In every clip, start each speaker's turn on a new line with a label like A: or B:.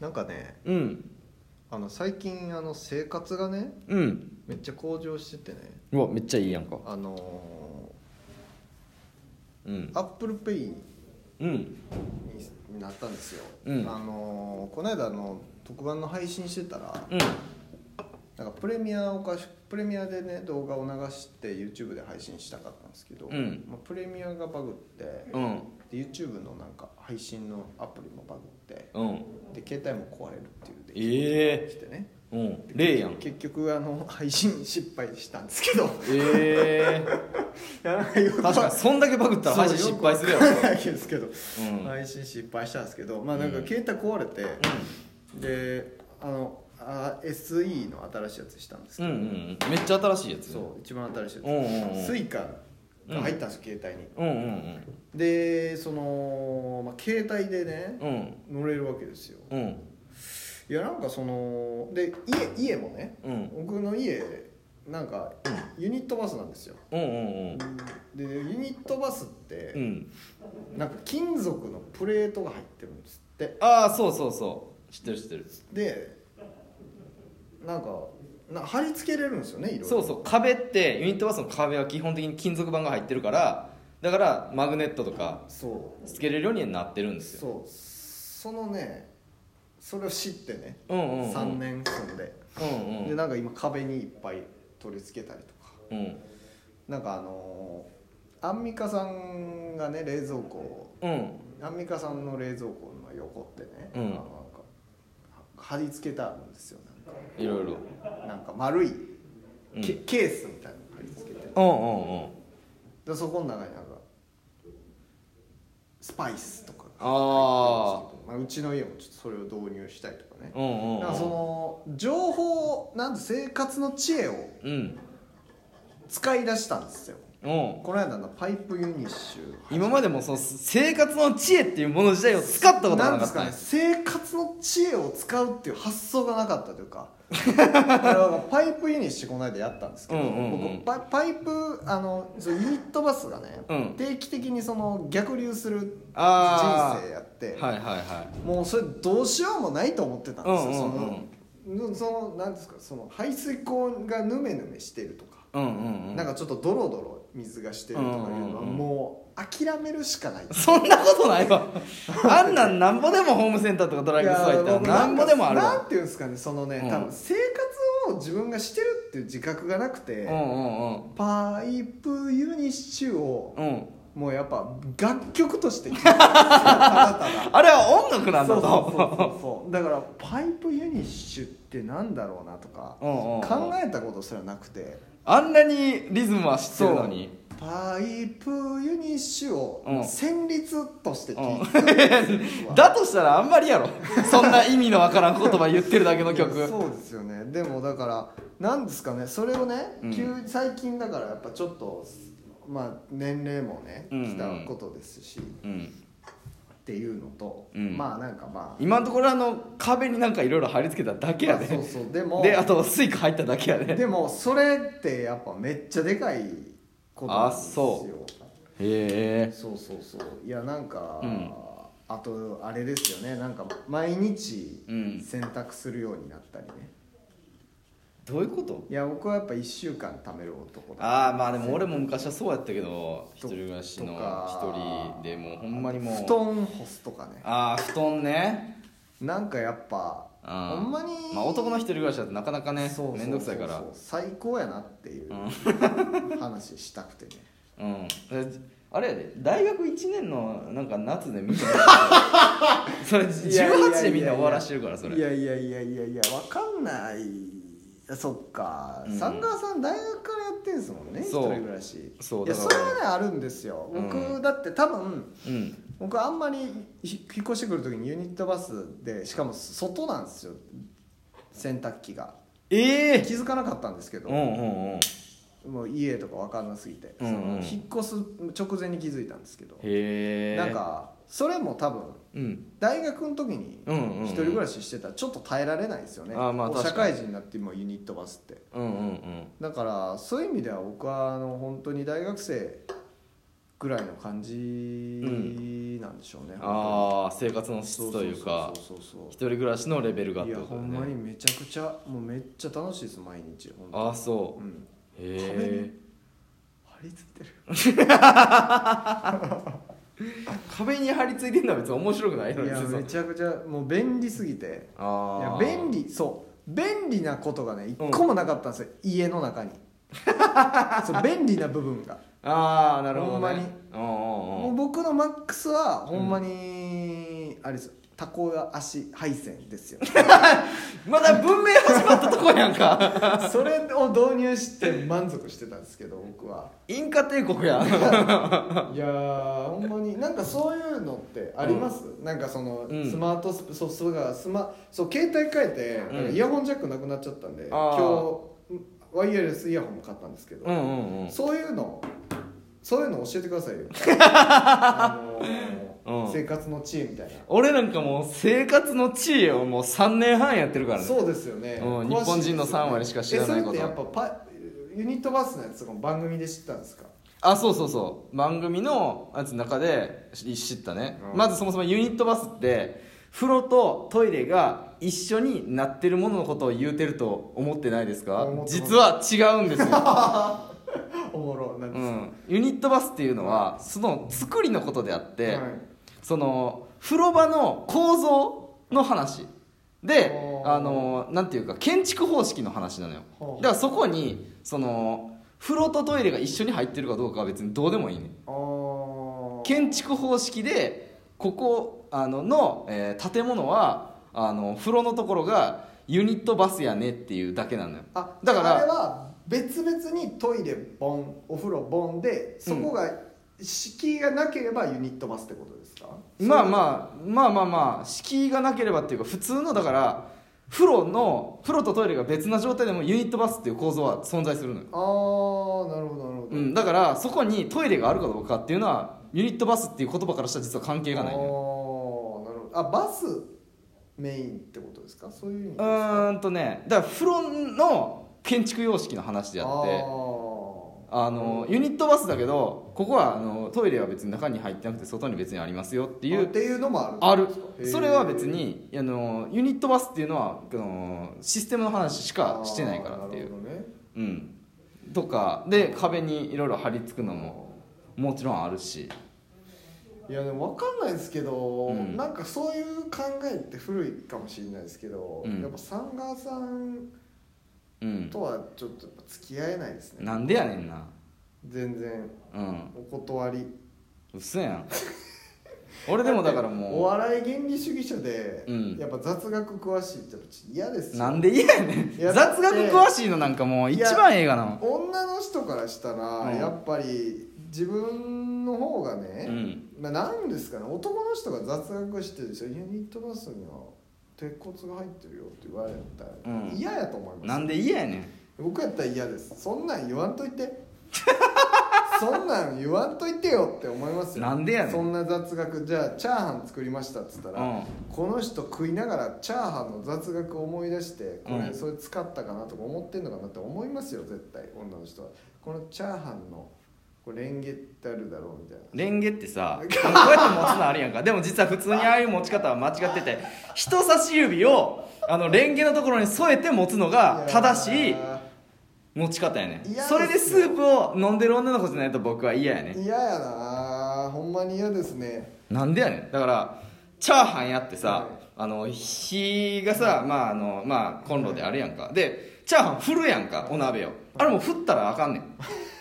A: なんかね
B: うん
A: あの最近あの生活がね
B: うん
A: めっちゃ向上しててね
B: うわめっちゃいいやんか
A: あの
B: うん
A: アップルペイ
B: うん
A: になったんですよ、
B: うん
A: あのーこの間あの特番の配信してたら
B: うん
A: なんかプレミアおかしプレミアでね動画を流して YouTube で配信したかったんですけど、
B: うん
A: まあ、プレミアがバグって
B: うん
A: で YouTube のなんか配信のアプリもバグって
B: うん
A: で携帯も壊れるっていう出
B: え
A: 来事が起きてね、
B: うん
A: で
B: 例やん
A: 結局あの配信失敗したんです けどい
B: え
A: やなんかよ
B: え
A: くわ
B: 確かにそんだけバグったら配信
A: そう
B: 失敗するや
A: よ
B: ろ
A: くわかんないですけど、
B: うん
A: 配信失敗したんですけどまあなんか
B: うん
A: 携帯壊れて、であのあ SE の新しいやつしたんです
B: う
A: け
B: ん
A: ど、
B: うんうんめっちゃ新しいやつ
A: そう一番新しいやつ、
B: うんうんうん
A: スイカが入ったんですよ、携帯に
B: うんうん
A: でその、まあ、携帯でね
B: うんうん
A: 乗れるわけですよ
B: うん
A: いやなんかそので家家もね、
B: うん
A: 僕の家なんかユニットバスなんですよ
B: うんうん
A: でユニットバスって、
B: うんうん
A: なんか金属のプレートが入ってるんですって
B: ああそうそうそう知ってる知ってる
A: でなんかな貼り付けれるんですよねいろいろ
B: そうそう壁ってユニットバスの壁は基本的に金属板が入ってるからだからマグネットとか
A: そう
B: つけれるようになってるんですよ
A: そうそのねそれを知ってね、
B: うんうんうん
A: 3年住んで、
B: うんう
A: で
B: ん
A: なんか今壁にいっぱい取り付けたりとか
B: うん
A: なんかあのーアンミカさんがね冷蔵庫を
B: うん
A: アンミカさんの冷蔵庫の横ってね、
B: うん
A: あのなんかは貼り付けてあるんですよなんか
B: いろいろ
A: なんか丸い、
B: うん
A: ケケースみたいなの貼り付けて
B: うんうんうん
A: でそこの中になんかスパイスとかが
B: ああ
A: まあ、うちの家もちょっとそれを導入したりとかね、
B: うんうんうん
A: だからその情報なんて生活の知恵を
B: うん
A: 使い出したんですよ
B: うん
A: この間のパイプユニッシュ
B: 今までもその生活の知恵っていうもの自体を使ったことが
A: な
B: なんか
A: で
B: っ
A: す
B: た
A: か
B: ん
A: ね
B: です
A: 生活の知恵を使うっていう発想がなかったという かだからパイプユニッシュこの間やったんですけど、
B: うんうんうん
A: 僕パパイプあのそのユニットバスがね、
B: うん
A: 定期的にその逆流する人
B: あー
A: 生やって、
B: はいはいはい
A: もうそれどうしようもないと思ってたんですよ、
B: うんうん
A: そのそのなんですかその排水口がヌメヌメしてるとか、
B: うんうんうん
A: なんかちょっとドロドロ水がしてるとかいうのは
B: うんうんうん
A: もう諦めるしかない
B: そんなことな いわあんなんなんぼでもホームセンターとかドラッグストア行ったら
A: いや僕
B: なんぼでもある
A: なんかな
B: わ
A: んていうんですかねそのね、
B: うん
A: 多分生活を自分がしてるっていう自覚がなくて、
B: うんうんうん
A: パイプユニッシュを
B: うん
A: もうやっぱ楽曲として聴いてるんですよただただ
B: あれは音楽なん
A: そ う
B: だ
A: そうそう
B: と
A: そうそうだからパイプユニッシュってなんだろうなとか
B: うんうんうん
A: 考えたことすらなくて
B: あんなにリズムは知ってるのに
A: パイプユニッシュを
B: うん
A: 旋律として聞いて
B: うんだとしたらあんまりやろそんな意味のわからん言葉言ってるだけの曲
A: いやそうですよねでもだからなんですかねそれをね、
B: うん
A: 急最近だからやっぱちょっとまあ年齢もね
B: うんうん
A: 来たことですし、っ
B: うん
A: ていうのと、
B: うん
A: まあなんかまあ
B: 今のところあの壁になんかいろいろ貼り付けただけやで、
A: まあそうそうでも
B: であとスイカ入っただけや でへ
A: でもそれってやっぱめっちゃでかいことなんです
B: あそ
A: よ
B: え
A: そうそうそういやなんか、
B: うん
A: あとあれですよねなんか毎日
B: うん
A: 洗濯するようになったりね、
B: どういうこと
A: いや僕はやっぱ1週間貯める男だ
B: ああまあでも俺も昔はそうやったけど一
A: と
B: 人暮らしの
A: とか
B: 一人でもうほんまにもう
A: 布団干すとかね
B: ああ布団ね
A: なんかやっぱ
B: あー
A: ほんまに、
B: まあ男の一人暮らしだとなかなかね
A: そうそうそうそう
B: 面倒くさいから
A: 最高やなっていう、 話したくてね
B: うんあれやで大学1年のなんか夏でみんな それ18でみんな終わらしてるからそれ
A: いやいやいやいやいやわかんないあそっか、
B: うん
A: 三川さん大学からやってんすもんね一
B: そう
A: 人暮らし
B: そう
A: や
B: だ
A: そ
B: か
A: れ
B: ら
A: はねあるんですよ僕、
B: うん
A: だって多分
B: うん
A: 僕あんまりひ引っ越してくる時にユニットバスでしかも外なんですよ洗濯機が
B: ええ
A: 気づかなかったんですけど、
B: うんうんうんへ
A: もう家とか分からなすぎて、
B: うんうん
A: その引っ越す直前に気づいたんですけど、
B: え
A: なんかそれも多分
B: うん
A: 大学の時に
B: うんうんうん
A: 一人暮らししてたらちょっと耐えられないですよね、
B: あーまあ
A: こう社
B: 確かに
A: 会人になってもユニットバスって
B: うんうんうん
A: だからそういう意味では僕はあの本当に大学生ぐらいの感じなんでしょうね、あ
B: ああ生活の質というか
A: そうそうそう
B: 一
A: そう
B: 人暮らしのレベルがっ
A: い
B: て
A: や
B: こと
A: ほ
B: だ
A: んまに
B: ね
A: めちゃくちゃもうめっちゃ楽しいです毎日ほん
B: ああ
A: と
B: そううん
A: 壁
B: へえ
A: 張り付いてる
B: 壁に張り付いてんのは別に面白く ないの
A: い
B: に
A: や
B: そうそう
A: めちゃくちゃもう便利すぎていや
B: ああ
A: 便利そう便利なことがね一個もなかったんですよ、家の中 にそう便利な部分が
B: ああなるほど、ね、
A: ほんまに
B: うんうん
A: も
B: う
A: うん僕のマックスはほんまに、あれですよタコ足配線ですよ
B: まだ文明始まったとこやんか
A: それを導入して満足してたんですけど僕は
B: インカ帝国やん
A: いやーほんまになんかそういうのってあります、なんかその、
B: うん
A: スマートスそうそうがスマそう携帯変えて、
B: うん
A: イヤホンジャックなくなっちゃったんで
B: あー
A: 今日ワイヤレスイヤホンも買ったんですけど、
B: うんうんうん
A: そういうのそういうの教えてくだ さいよあのー
B: うん
A: 生活の知恵みたいな、
B: 俺なんかもう生活の知恵をもう3年半やってるからね
A: そうですよね、
B: うん
A: 詳しいですよね
B: 日本人の三割しか知らないこと
A: えそれってやっぱパユニットバスのやつとかも番組で知ったんですか
B: あそうそうそう番組のやつの中でし知ったね、
A: うん
B: まずそもそもユニットバスって風呂とトイレが一緒になってるもののことを言うてると思ってないですか
A: 思ってます
B: 実は違うんですよ、
A: おもろなん
B: う
A: です
B: ん、ユニットバスっていうのはその作りのことであっ
A: か、
B: て、
A: はい
B: その風呂場の構造の話で
A: おー
B: あのなんていうか建築方式の話なのよ
A: ほう
B: だからそこにその風呂とトイレが一緒に入ってるかどうかは別にどうでもいいね
A: あー
B: 建築方式でここあのの、えー建物はあの風呂のところがユニットバスやねっていうだけなのよ
A: あ
B: だ
A: だか
B: か
A: ららあれは別々にトイレボンお風呂ボンでそこが、敷居がなければユニットバスってことですか
B: まあまあまあまあまあ敷居がなければっていうか普通のだから風呂の風呂とトイレが別な状態でもユニットバスっていう構造は存在するのよ、
A: あーなるほどなるほど、
B: うん、だからそこにトイレがあるかどうかっていうのはユニットバスっていう言葉からしたら実は関係がない
A: あーなる
B: ね
A: ほどあバスメインってことですかそういう意味です
B: う
A: か
B: ーんとねだから風呂の建築様式の話であってあのユニットバスだけどここはあのトイレは別に中に入ってなくて外に別にありますよって
A: て
B: いう
A: っていうのもある
B: ある
A: へー
B: それは別にあのユニットバスっていうのはあのシステムの話しかしてないからってい
A: あー
B: う、
A: なる
B: うん、とかで壁にいろいろ貼り付くの
A: ほどね
B: ももちろんあるし
A: いやでも分かんないですけど、
B: うん
A: なんかそういう考えって古いかもしれないですけど、
B: うん
A: やっぱサンガーさん
B: うん
A: とはちょっとやっぱ付き合えないですね
B: なんでやねんな
A: 全然
B: うん
A: お断り
B: 嘘やん俺でもだから
A: お
B: も
A: 笑い原理主義者で、
B: うん
A: やっぱ雑学詳しいってやっぱちょっと嫌です
B: う
A: よ
B: なんで嫌やねん
A: いや
B: 雑学詳しいのなんかもう一番ええがな
A: 女の人からしたら、
B: うん
A: やっぱり自分の方がね、
B: うん
A: まあ、なんですかね男の人が雑学してるでしょユニットバスには鉄骨が入ってるよって言われたら、
B: うん
A: 嫌やと思います
B: なんで嫌やねん
A: 僕やったら嫌ですそんなん言わんといて そんなん言わんといてよって思いますよ
B: なんでやねん
A: そんな雑学じゃあチャーハン作りましたっつったら、
B: うん
A: この人食いながらチャーハンの雑学を思い出してこれ、
B: うん
A: それ使ったかなとか思ってんのかなって思いますよ絶対女の人はこのチャーハンのこれレンゲってあるだろうみたいな
B: レンゲってさこうやって持つのあるやんかでも実は普通にああいう持ち方は間違ってて人差し指をあのレンゲのところに添えて持つのが正しい持ち方やね
A: いや
B: それでスープを飲んでる女の子じゃないと僕は嫌やね
A: 嫌やなほんまに嫌ですね
B: なんでやねんだからチャーハンやって
A: は
B: さ
A: い
B: あの火がさまああのまあコンロであるやんかでチャーハン振るやんかお鍋をあれもう振ったらあかんねん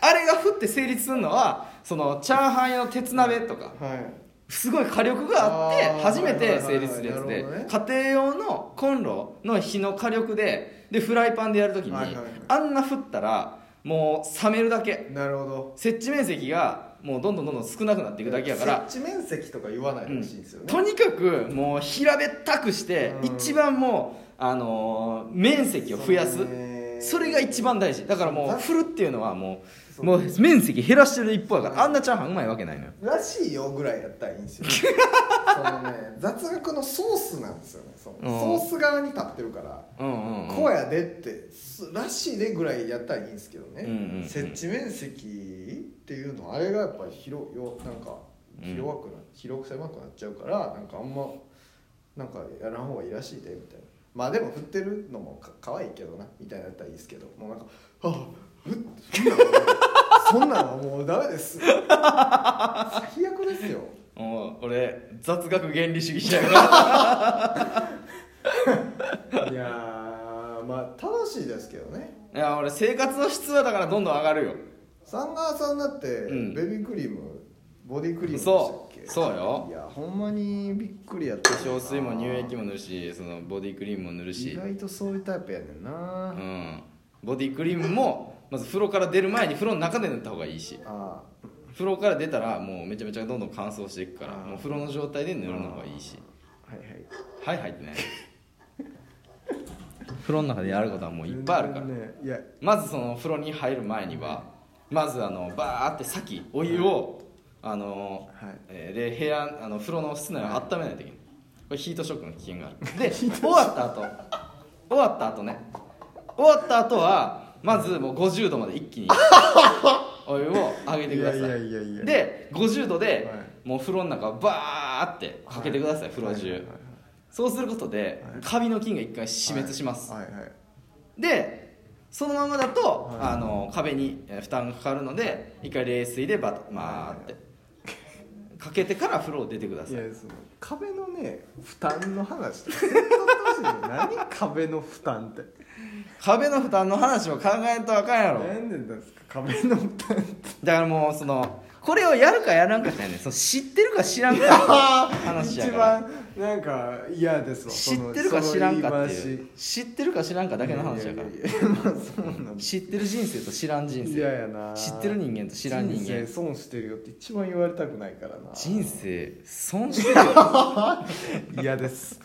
B: あれが振って成立するのはそのチャーハン用の鉄鍋とか
A: はい
B: すごい火力があって
A: あー
B: 初めて成立するやつ
A: はい
B: で
A: はいはいなる
B: 家庭用のコンロの火の火力ででフライパンでやるときに
A: はいはいはい
B: あんな振ったらもう冷めるだけ
A: なるほど
B: 設置面積がもうどんどんどんどん少なくなっていくだけやから
A: 設置面積とか言わないらしいんですよね、
B: とにかくもう平べったくして
A: うん
B: 一番もうあのー面積を増やす
A: そうね
B: それが一番大事だからもう振るっていうのはも
A: そうう
B: もう面積減らしてる一方だからあんなチャーハンうまいわけないのよ
A: らしいよぐらいやったらいいん ですよそのね雑学のソースなんですよねその
B: うん
A: ソース側に立ってるから、
B: うんうん、うん、
A: こうやでってすらしいでぐらいやったらいいんですけどね、
B: うんうんうん
A: 設置面積っていうのあれがやっぱり広よなんか広くな、広く狭くなっちゃうからなんかあんまなんかやらん方がいいらしいでみたいなまあでも振ってるのもか可愛いけどなみたいなやったらいいですけどもうなんか「はあうっそんなのはもうそんなのはもうダメです」 最悪ですよ
B: もう俺雑学原理主義者やから
A: いやーまあ楽しいですけどね
B: いや俺生活の質はだからどんどん上がるよ
A: サンガーさんだって
B: ん
A: ベビークリーム、ボディクリームでしたっけ
B: そうそうよ
A: いやほんまにびっくりやった
B: 化粧水も乳液も塗るしそのボディクリームも塗る
A: 意
B: し、
A: 外とそういうタイプやねんな、
B: うん、ボディクリームもまず風呂から出る前に風呂の中で塗った方がいいし
A: あ
B: 風呂から出たらもうめちゃめちゃどんどん乾燥していくから
A: あー
B: もう風呂の状態で塗るのがいいし
A: あはいはい
B: はい入っ てない風呂の中でやることはもういっぱいあるから
A: 全然ねいや
B: まずその風呂に入る前にはまずあのバーって先お湯をあの、
A: はい
B: えーで部屋あの風呂の室内を温めないといけないこれヒートショックの危険があ るで終わった後終わった後ね終わった後はまずもう50度まで一 気にお湯を上げてください
A: いやいやいやいや
B: で50度で
A: は
B: もう風呂の中をバーってかけてください、風呂中、
A: はいはいはい
B: そうすることで、
A: はい
B: カビの菌が一回死滅します、
A: はいはい
B: でそのままだと、
A: はい
B: あの壁にえー負担がかかるので一回冷水でバタまあってかけてから風呂を出てくだ
A: い
B: さい
A: やその壁のね負担の 話とか何壁の負担って
B: 壁の負担の話を考えんとあかんやろ
A: 何年なんですか壁の負担って
B: だからもうそのこれをやるかやらんかじゃないねその知ってるか知らんか の話や
A: 一
B: から
A: 番なんか嫌ですわ
B: 知
A: その
B: ってるか知らんかって
A: そ
B: い
A: の
B: う
A: 言い
B: 知ってるか知らんかだけの話やから
A: いやいやいやまあそうなんだ
B: 知ってる人生と知らん人
A: 嫌
B: 生
A: やな
B: 知ってる人間と知らん人間
A: 人生損してるよって 一番言われたくないからな
B: 人生損してるよ
A: 嫌です